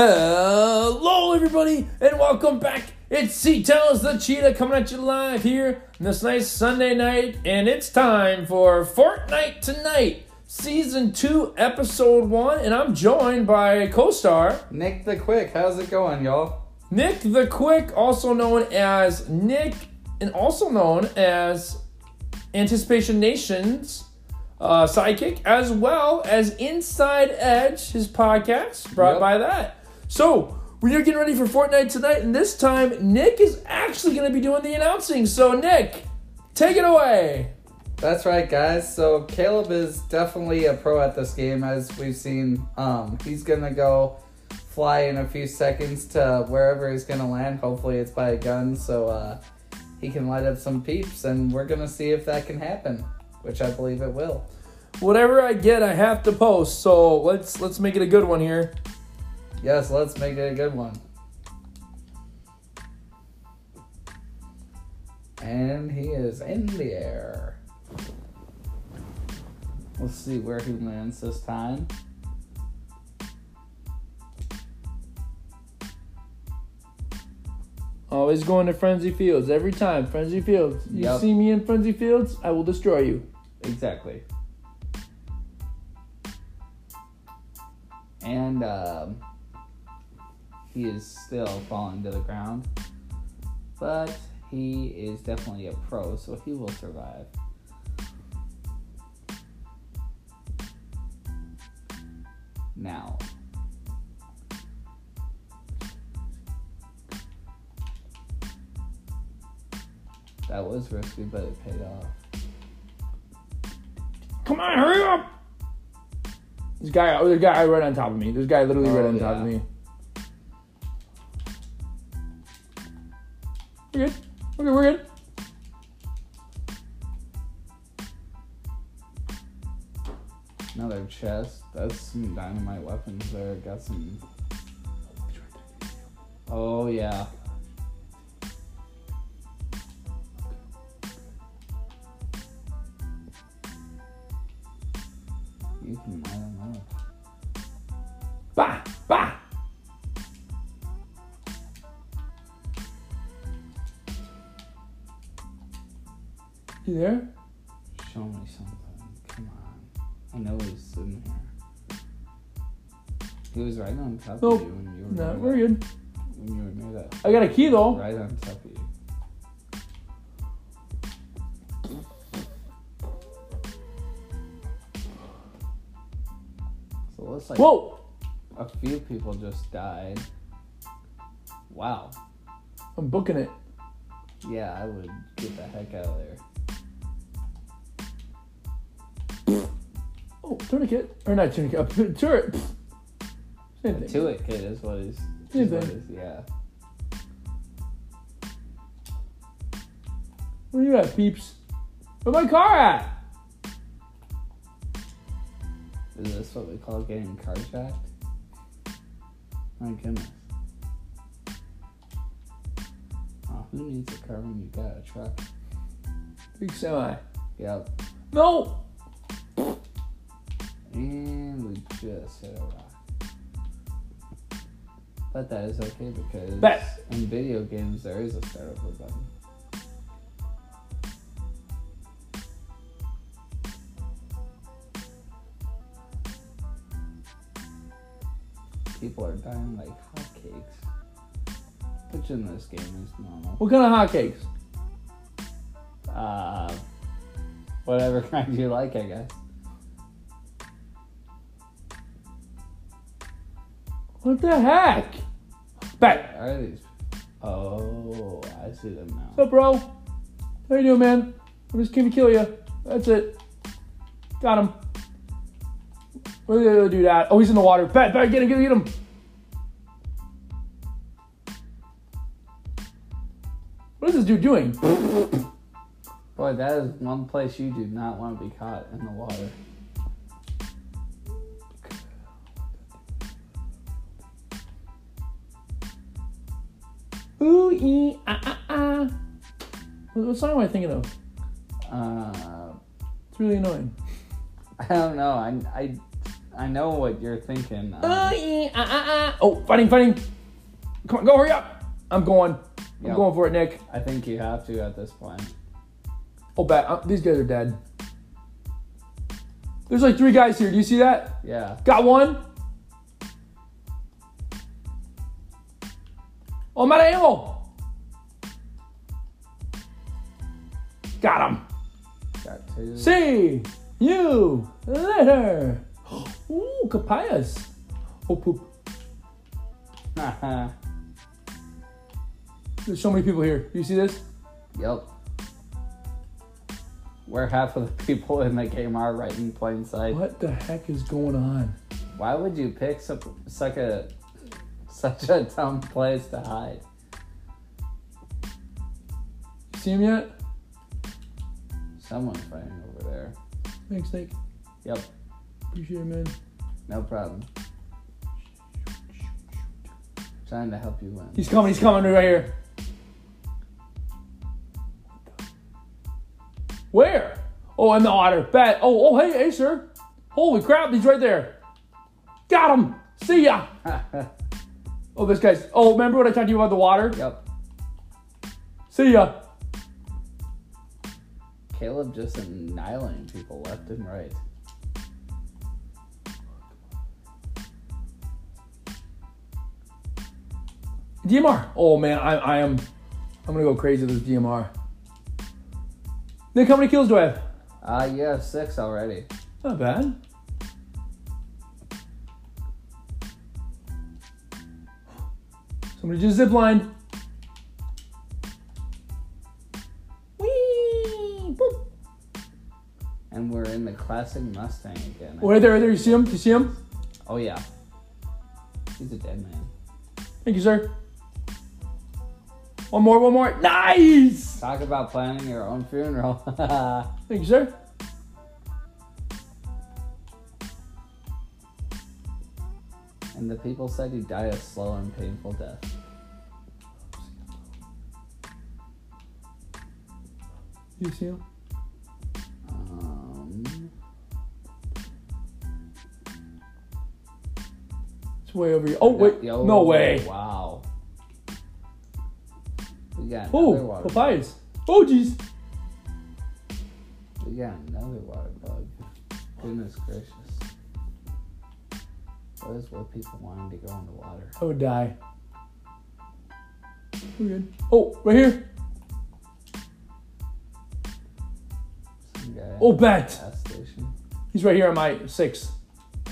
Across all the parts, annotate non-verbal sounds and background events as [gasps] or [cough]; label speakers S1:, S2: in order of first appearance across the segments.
S1: Hello, everybody, and welcome back. It's Sea Tales the Cheetah coming at you live here on this nice Sunday night, and it's time for Fortnite Tonight, Season 2, Episode 1. And I'm joined by co star
S2: Nick the Quick, how's it going, y'all?
S1: Nick the Quick, also known as Nick, and also known as Anticipation Nation's uh, sidekick, as well as Inside Edge, his podcast, brought
S2: Yep.
S1: by that. So we are getting ready for Fortnite tonight, and this time Nick is actually going to be doing the announcing. So Nick, take it away.
S2: That's right, guys. So Caleb is definitely a pro at this game, as we've seen. Um, he's gonna go fly in a few seconds to wherever he's gonna land. Hopefully, it's by a gun, so uh, he can light up some peeps, and we're gonna see if that can happen, which I believe it will.
S1: Whatever I get, I have to post. So let's let's make it a good one here.
S2: Yes, let's make it a good one. And he is in the air. Let's see where he lands this time.
S1: Always going to Frenzy Fields every time. Frenzy Fields. You
S2: Yep.
S1: see me in Frenzy Fields, I will destroy you.
S2: Exactly. And um, he is still falling to the ground. But he is definitely a pro, so he will survive. Now. That was risky, but it paid off.
S1: Come on, hurry up! This guy, oh, there's a guy right on top of me. This guy literally right
S2: Oh,
S1: on top of
S2: yeah.
S1: me. We're good. We're good. We're good.
S2: Another chest. That's some dynamite weapons there. Got some. Oh, yeah. You can light 'em up.
S1: Bah, bah. You there?
S2: Show me something. Come on. I know he's in here. He was right on top
S1: Nope.
S2: of you when you were,
S1: No,
S2: near
S1: we're
S2: that-
S1: good.
S2: when you were near that.
S1: I got a key though.
S2: Right on top of you. So it looks like
S1: Whoa!
S2: a few people just died. Wow.
S1: I'm booking it.
S2: Yeah, I would get the heck out of there.
S1: Oh, tourniquet. Or not tourniquet. A turret. Same
S2: A
S1: thing.
S2: two it kid is what is.
S1: Yeah,
S2: is what
S1: babe.
S2: is yeah.
S1: Where you at, peeps? Where my car at?
S2: Is this what we call getting carjacked? My goodness. Oh, who needs a car when you got a truck?
S1: Big semi.
S2: Yep.
S1: No!
S2: And we just hit a rock. But that is okay because
S1: Bet.
S2: in video games there is a start over button. People are dying like hotcakes. Which in this game is normal.
S1: What kind of hotcakes?
S2: Uh, whatever kind you like, I guess.
S1: What the heck? Back.
S2: Are these? Oh, I see them now.
S1: What's up, bro? How you doing, man? I'm just came to kill you. That's it. Got him. Where did the other dude at? Oh, he's in the water. Bet, bet, get him, get him, get him. What is this dude doing?
S2: Boy, that is one place you do not want to be caught in the water.
S1: Ooh, ee, ah, ah, ah. What, what song am I thinking of?
S2: Uh, [laughs]
S1: It's really annoying.
S2: I don't know. I, I, I know what you're thinking. Um,
S1: Oh, yeah, ah, ah, ah. Oh, fighting, fighting. Come on, go, hurry up. I'm going. I'm
S2: Yep.
S1: going for it, Nick.
S2: I think you have to at this point.
S1: Oh, bat. uh, these guys are dead. There's like three guys here. Do you see that?
S2: Yeah.
S1: Got one. Oh, I'm out of ammo. Got him.
S2: Got two. [laughs]
S1: See you later. [gasps] Ooh, capayas. Oh, poop.
S2: yep.
S1: There's so many people here. You see this?
S2: Where half of the people in the game are right in plain sight.
S1: What the heck is going on?
S2: Why would you pick such, such a [laughs] such a dumb place to hide?
S1: See him yet?
S2: Someone's fighting over there.
S1: Thanks, Nick.
S2: Yep.
S1: Appreciate it, man.
S2: No problem. Trying to help
S1: [laughs]
S2: you win.
S1: He's coming. He's coming right here. Where? Oh, in the otter. Bat. Oh, oh, hey, hey, sir. Holy crap, he's right there. Got him. See ya. Oh, this guy's. Oh, remember what I talked to you about the water?
S2: yep.
S1: See ya.
S2: Caleb just annihilating people left and right.
S1: DMR. Oh man, I, I am. I'm gonna go crazy with this DMR. Nick, how many kills do I have?
S2: Ah, you have six already.
S1: Not bad. Somebody just ziplined. Whee! Boop. Oh,
S2: And we're in the classic Mustang again.
S1: Right there, right there. You see him? You see him?
S2: Oh yeah. He's a dead man.
S1: Thank you, sir. One more, one more. Nice!
S2: Talk about planning your own funeral. [laughs]
S1: Thank you, sir.
S2: and the people said you die a slow and painful death.
S1: You see him?
S2: Um,
S1: It's way over here. Oh, wait.
S2: yo,
S1: No way.
S2: Wow. We got another
S1: Oh,
S2: water.
S1: papayas. Oh, jeez.
S2: We got another water bug. Goodness gracious. What is with people wanting to go in the water?
S1: I would die. We're good. Oh, right here.
S2: Some guy at
S1: Oh,
S2: the
S1: bet.
S2: gas station.
S1: He's right here on my six.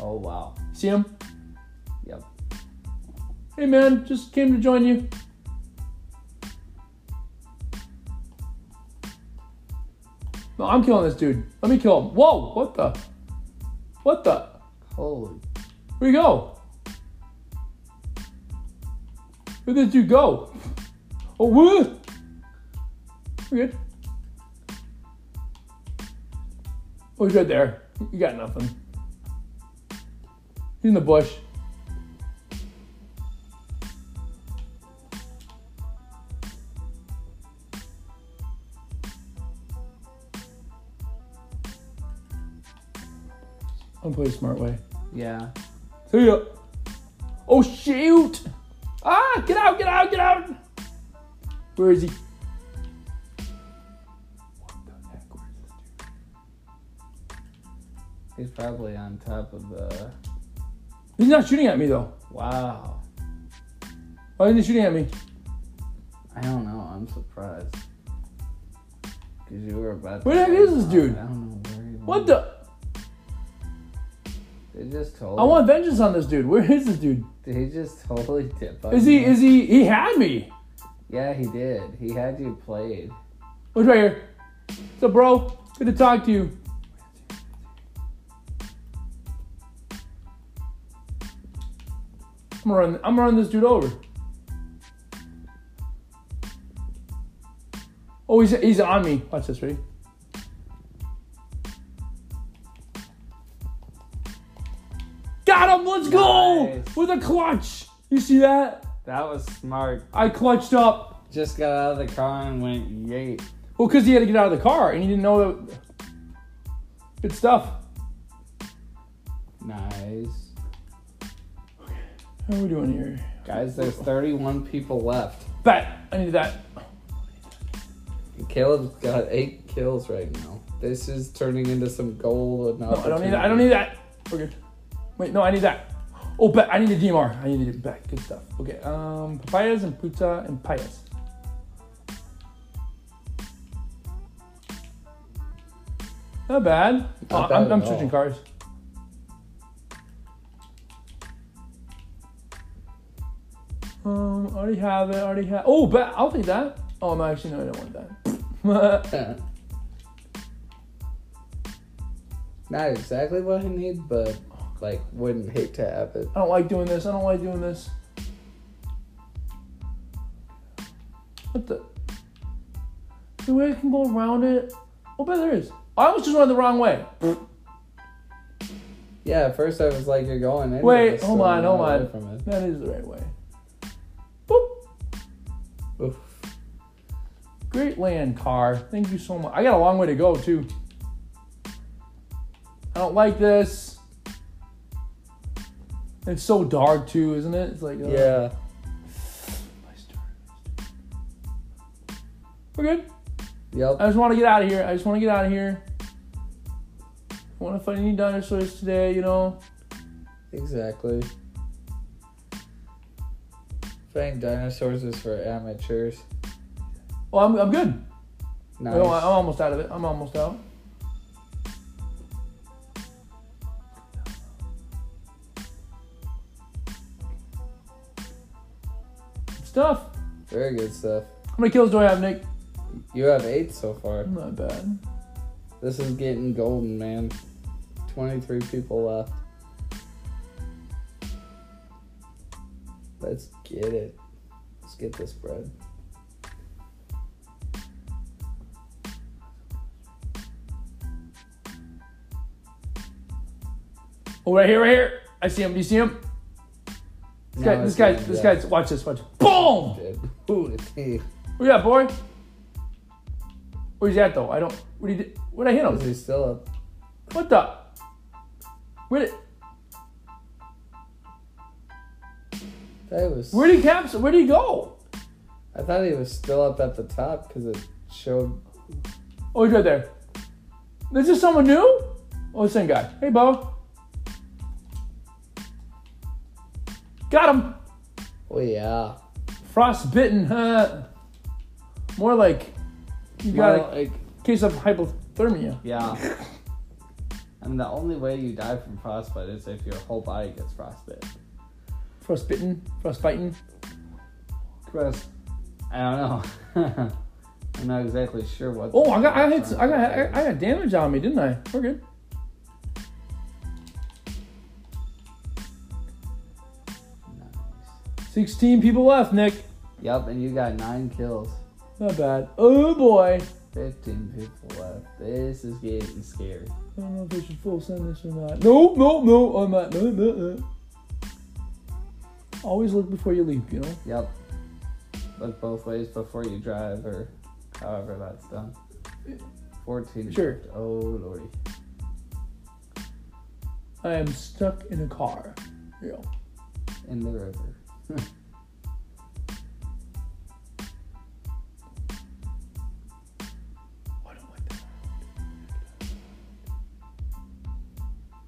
S2: Oh wow.
S1: See him?
S2: Yep.
S1: Hey man, just came to join you. No, I'm killing this dude. Let me kill him. Whoa, what the? What the?
S2: Holy
S1: Where'd he go? Where did you go? Oh, woo! We're good. Oh, he's right there. You got nothing. He's in the bush. I'm playing smart way.
S2: Yeah.
S1: See ya. Oh shoot! Ah, get out, get out, get out! Where is he? What the heck? Where is this dude?
S2: He's probably on top of the
S1: He's not shooting at me though.
S2: Wow.
S1: Why isn't he shooting at me?
S2: I don't know. I'm surprised. Cause you were about.
S1: Where the
S2: to
S1: heck is this dude?
S2: I don't know where he
S1: What
S2: went.
S1: the?
S2: They just told.
S1: I want vengeance on this dude. Where is this dude?
S2: They just totally dip. on
S1: Is he?
S2: you.
S1: Is he? He had me.
S2: Yeah, he did. He had you played.
S1: What's right here? What's up, bro? Good to talk to you. I'm gonna run. I'm gonna run this dude over. Oh, he's he's on me. Watch this, ready? Got him! Let's go
S2: Nice.
S1: with a clutch. You see that?
S2: That was smart.
S1: I clutched up.
S2: Just got out of the car and went yay.
S1: Well, because he had to get out of the car and he didn't know that. Good stuff.
S2: Nice.
S1: How are we doing here? [laughs]
S2: Guys, there's 31 people left.
S1: Bet. I need that.
S2: And Caleb's got eight kills right now. This is turning into some gold.
S1: No, Oh, I don't need that. I don't need that. We're good. Wait, no, I need that. Oh, bet. I need a DMR. I need it back. Good stuff. Okay. Um, papayas and puta and payas. Not bad.
S2: Not
S1: Uh,
S2: bad
S1: I'm, I'm
S2: at
S1: switching
S2: all.
S1: cars. Um, already have it. Already have. Oh, bet. I'll take that. Oh, no, actually, no, I don't want that. [laughs]
S2: that. [laughs] Not exactly what I need, but like wouldn't hate to have it.
S1: I don't like doing this. I don't like doing this. What the? Is there a way I can go around it? Oh, bet there is. I almost just went the wrong way.
S2: Yeah, at first I was like, you're going in.
S1: Wait, hold on, hold on.
S2: From it.
S1: That is the right way. Boop.
S2: Oof.
S1: Great land car. Thank you so much. I got a long way to go, too. I don't like this. It's so dark, too, isn't it? It's like, uh,
S2: Yeah.
S1: We're good.
S2: Yep.
S1: I just want to get out of here. I just want to get out of here. I want to find any dinosaurs today, you know.
S2: Exactly. Fighting dinosaurs is for amateurs.
S1: Oh, I'm, I'm good.
S2: Nice.
S1: Oh, I'm almost out of it. I'm almost out. Good Stuff.
S2: Very good stuff.
S1: How many kills do I have, Nick?
S2: You have eight so far.
S1: Not bad.
S2: This is getting golden, man. 23 people left. Let's get it. Let's get this bread.
S1: Oh, right here, right here. I see him. Do you see him? This guy,
S2: No,
S1: this
S2: it's
S1: guy,
S2: not
S1: this
S2: yet.
S1: guy's. Watch this. Watch. Boom.
S2: Dude. Ooh, it's he.
S1: Where you at, boy? Where's he at though? I don't. What did he? What I hit
S2: Is
S1: him?
S2: he still up?
S1: What the? Where did?
S2: That was.
S1: Where did he capture? Where did he go?
S2: I thought he was still up at the top because it showed.
S1: Oh, he's right there. This is someone new. Oh, same guy. Hey, Bo. Got him.
S2: Oh yeah.
S1: Frostbitten. Huh? More like you got
S2: Well, like,
S1: a case of hypothermia.
S2: yeah.
S1: [laughs]
S2: And the only way you die from frostbite is if your whole body gets frostbite.
S1: Frostbitten. Frostbiting.
S2: Chris, I don't know. [laughs] I'm not exactly sure what.
S1: Oh, I got. I had. I got. I I got damage on me, didn't I? We're good. Sixteen people left, Nick.
S2: Yep, and you got nine kills.
S1: Not bad. Oh boy.
S2: 15 people left. This is getting scary.
S1: I don't know if we should full send this or not. No, no, no, I'm not. No, no, no. Always look before you leap, you know?
S2: Yep. Look both ways before you drive, or however that's done. 14.
S1: Sure.
S2: left. Oh, lordy.
S1: I am stuck in a car. Yeah.
S2: In the river.
S1: I don't like that.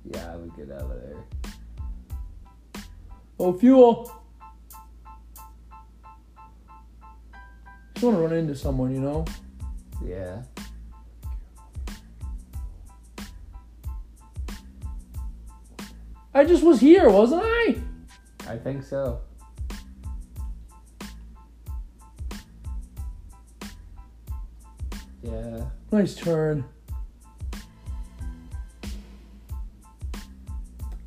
S2: Yeah, I would get out of there.
S1: Oh, fuel. Just want to run into someone, you know?
S2: Yeah.
S1: I just was here, wasn't I?
S2: I think so. Yeah.
S1: Nice turn.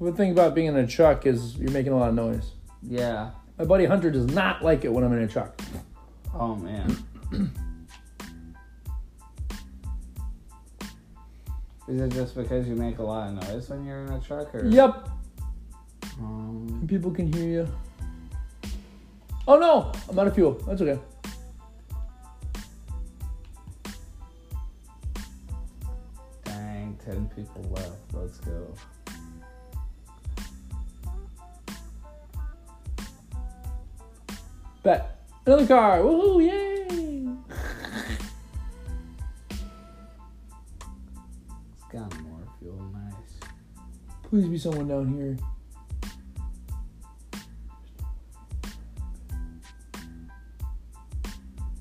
S1: The thing about being in a truck is you're making a lot of noise.
S2: Yeah.
S1: My buddy Hunter does not like it when I'm in a truck.
S2: Oh man. Is it just because you make a lot of noise when you're in a truck or
S1: Yep,
S2: um,
S1: people can hear you. Oh no, I'm out of fuel. That's okay.
S2: dang ten people left. Let's go.
S1: bet. Another car. Woohoo! Yay!
S2: It's got more fuel. Nice.
S1: Please be someone down here.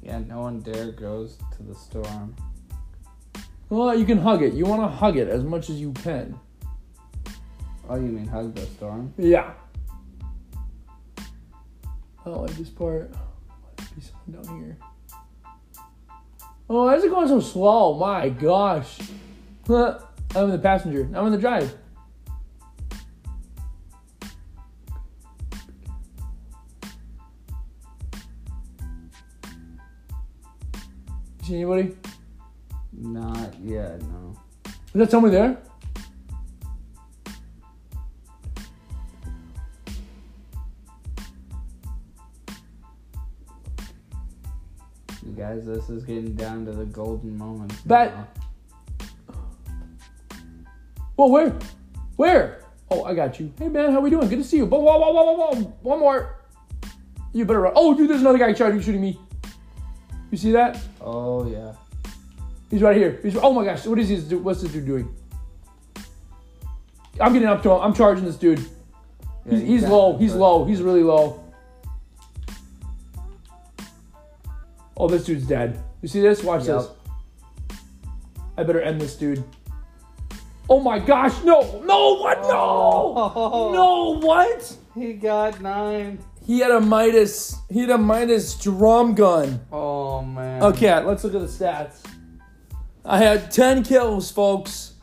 S2: Yeah, no one dare goes to the storm.
S1: Well, you can hug it. You want to hug it as much as you can.
S2: Oh, you mean hug the storm?
S1: Yeah. I don't like this part. Might be someone down here. Oh, why is it going so slow? My gosh. [laughs] Huh. I'm the passenger. I'm in the drive. You see anybody? Is
S2: Not yet, no.
S1: that somebody there?
S2: You guys, this is getting down to the golden moments.
S1: But-
S2: now.
S1: Whoa, where? Where? Oh, I got you. Hey, man, how we doing? Good to see you. Whoa, whoa, whoa, whoa, whoa, whoa. One more. You better run. Oh, dude, there's another guy charging, shooting me. You see that?
S2: Oh, yeah.
S1: He's right here. He's oh my gosh, what is this? What's this dude doing? I'm getting up to him. I'm charging this dude.
S2: Yeah,
S1: He's,
S2: you
S1: he's
S2: got
S1: low.
S2: it,
S1: He's
S2: but-
S1: low. He's really low. Oh, this dude's dead. You see this? Watch this.
S2: Yep.
S1: I better end this dude. Oh my gosh! No! No! What? No! No! What?
S2: He got nine.
S1: He had a Midas. He had a Midas drum gun.
S2: Oh, man.
S1: Okay, let's look at the stats. I had 10 kills, folks.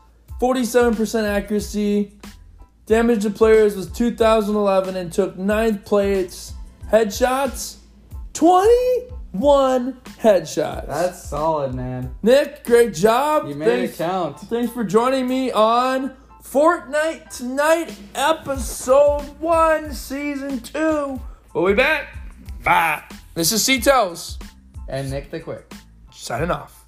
S1: 47% accuracy. Damage to players was 2011 and took 9th place. Headshots 21 headshots.
S2: That's solid, man.
S1: Nick, great job.
S2: You made
S1: Thanks-
S2: it count.
S1: Thanks for joining me on Fortnite Tonight, Episode 1, Season 2. We'll be back. Bye. This is C Toes,
S2: And Nick the Quick.
S1: signing off.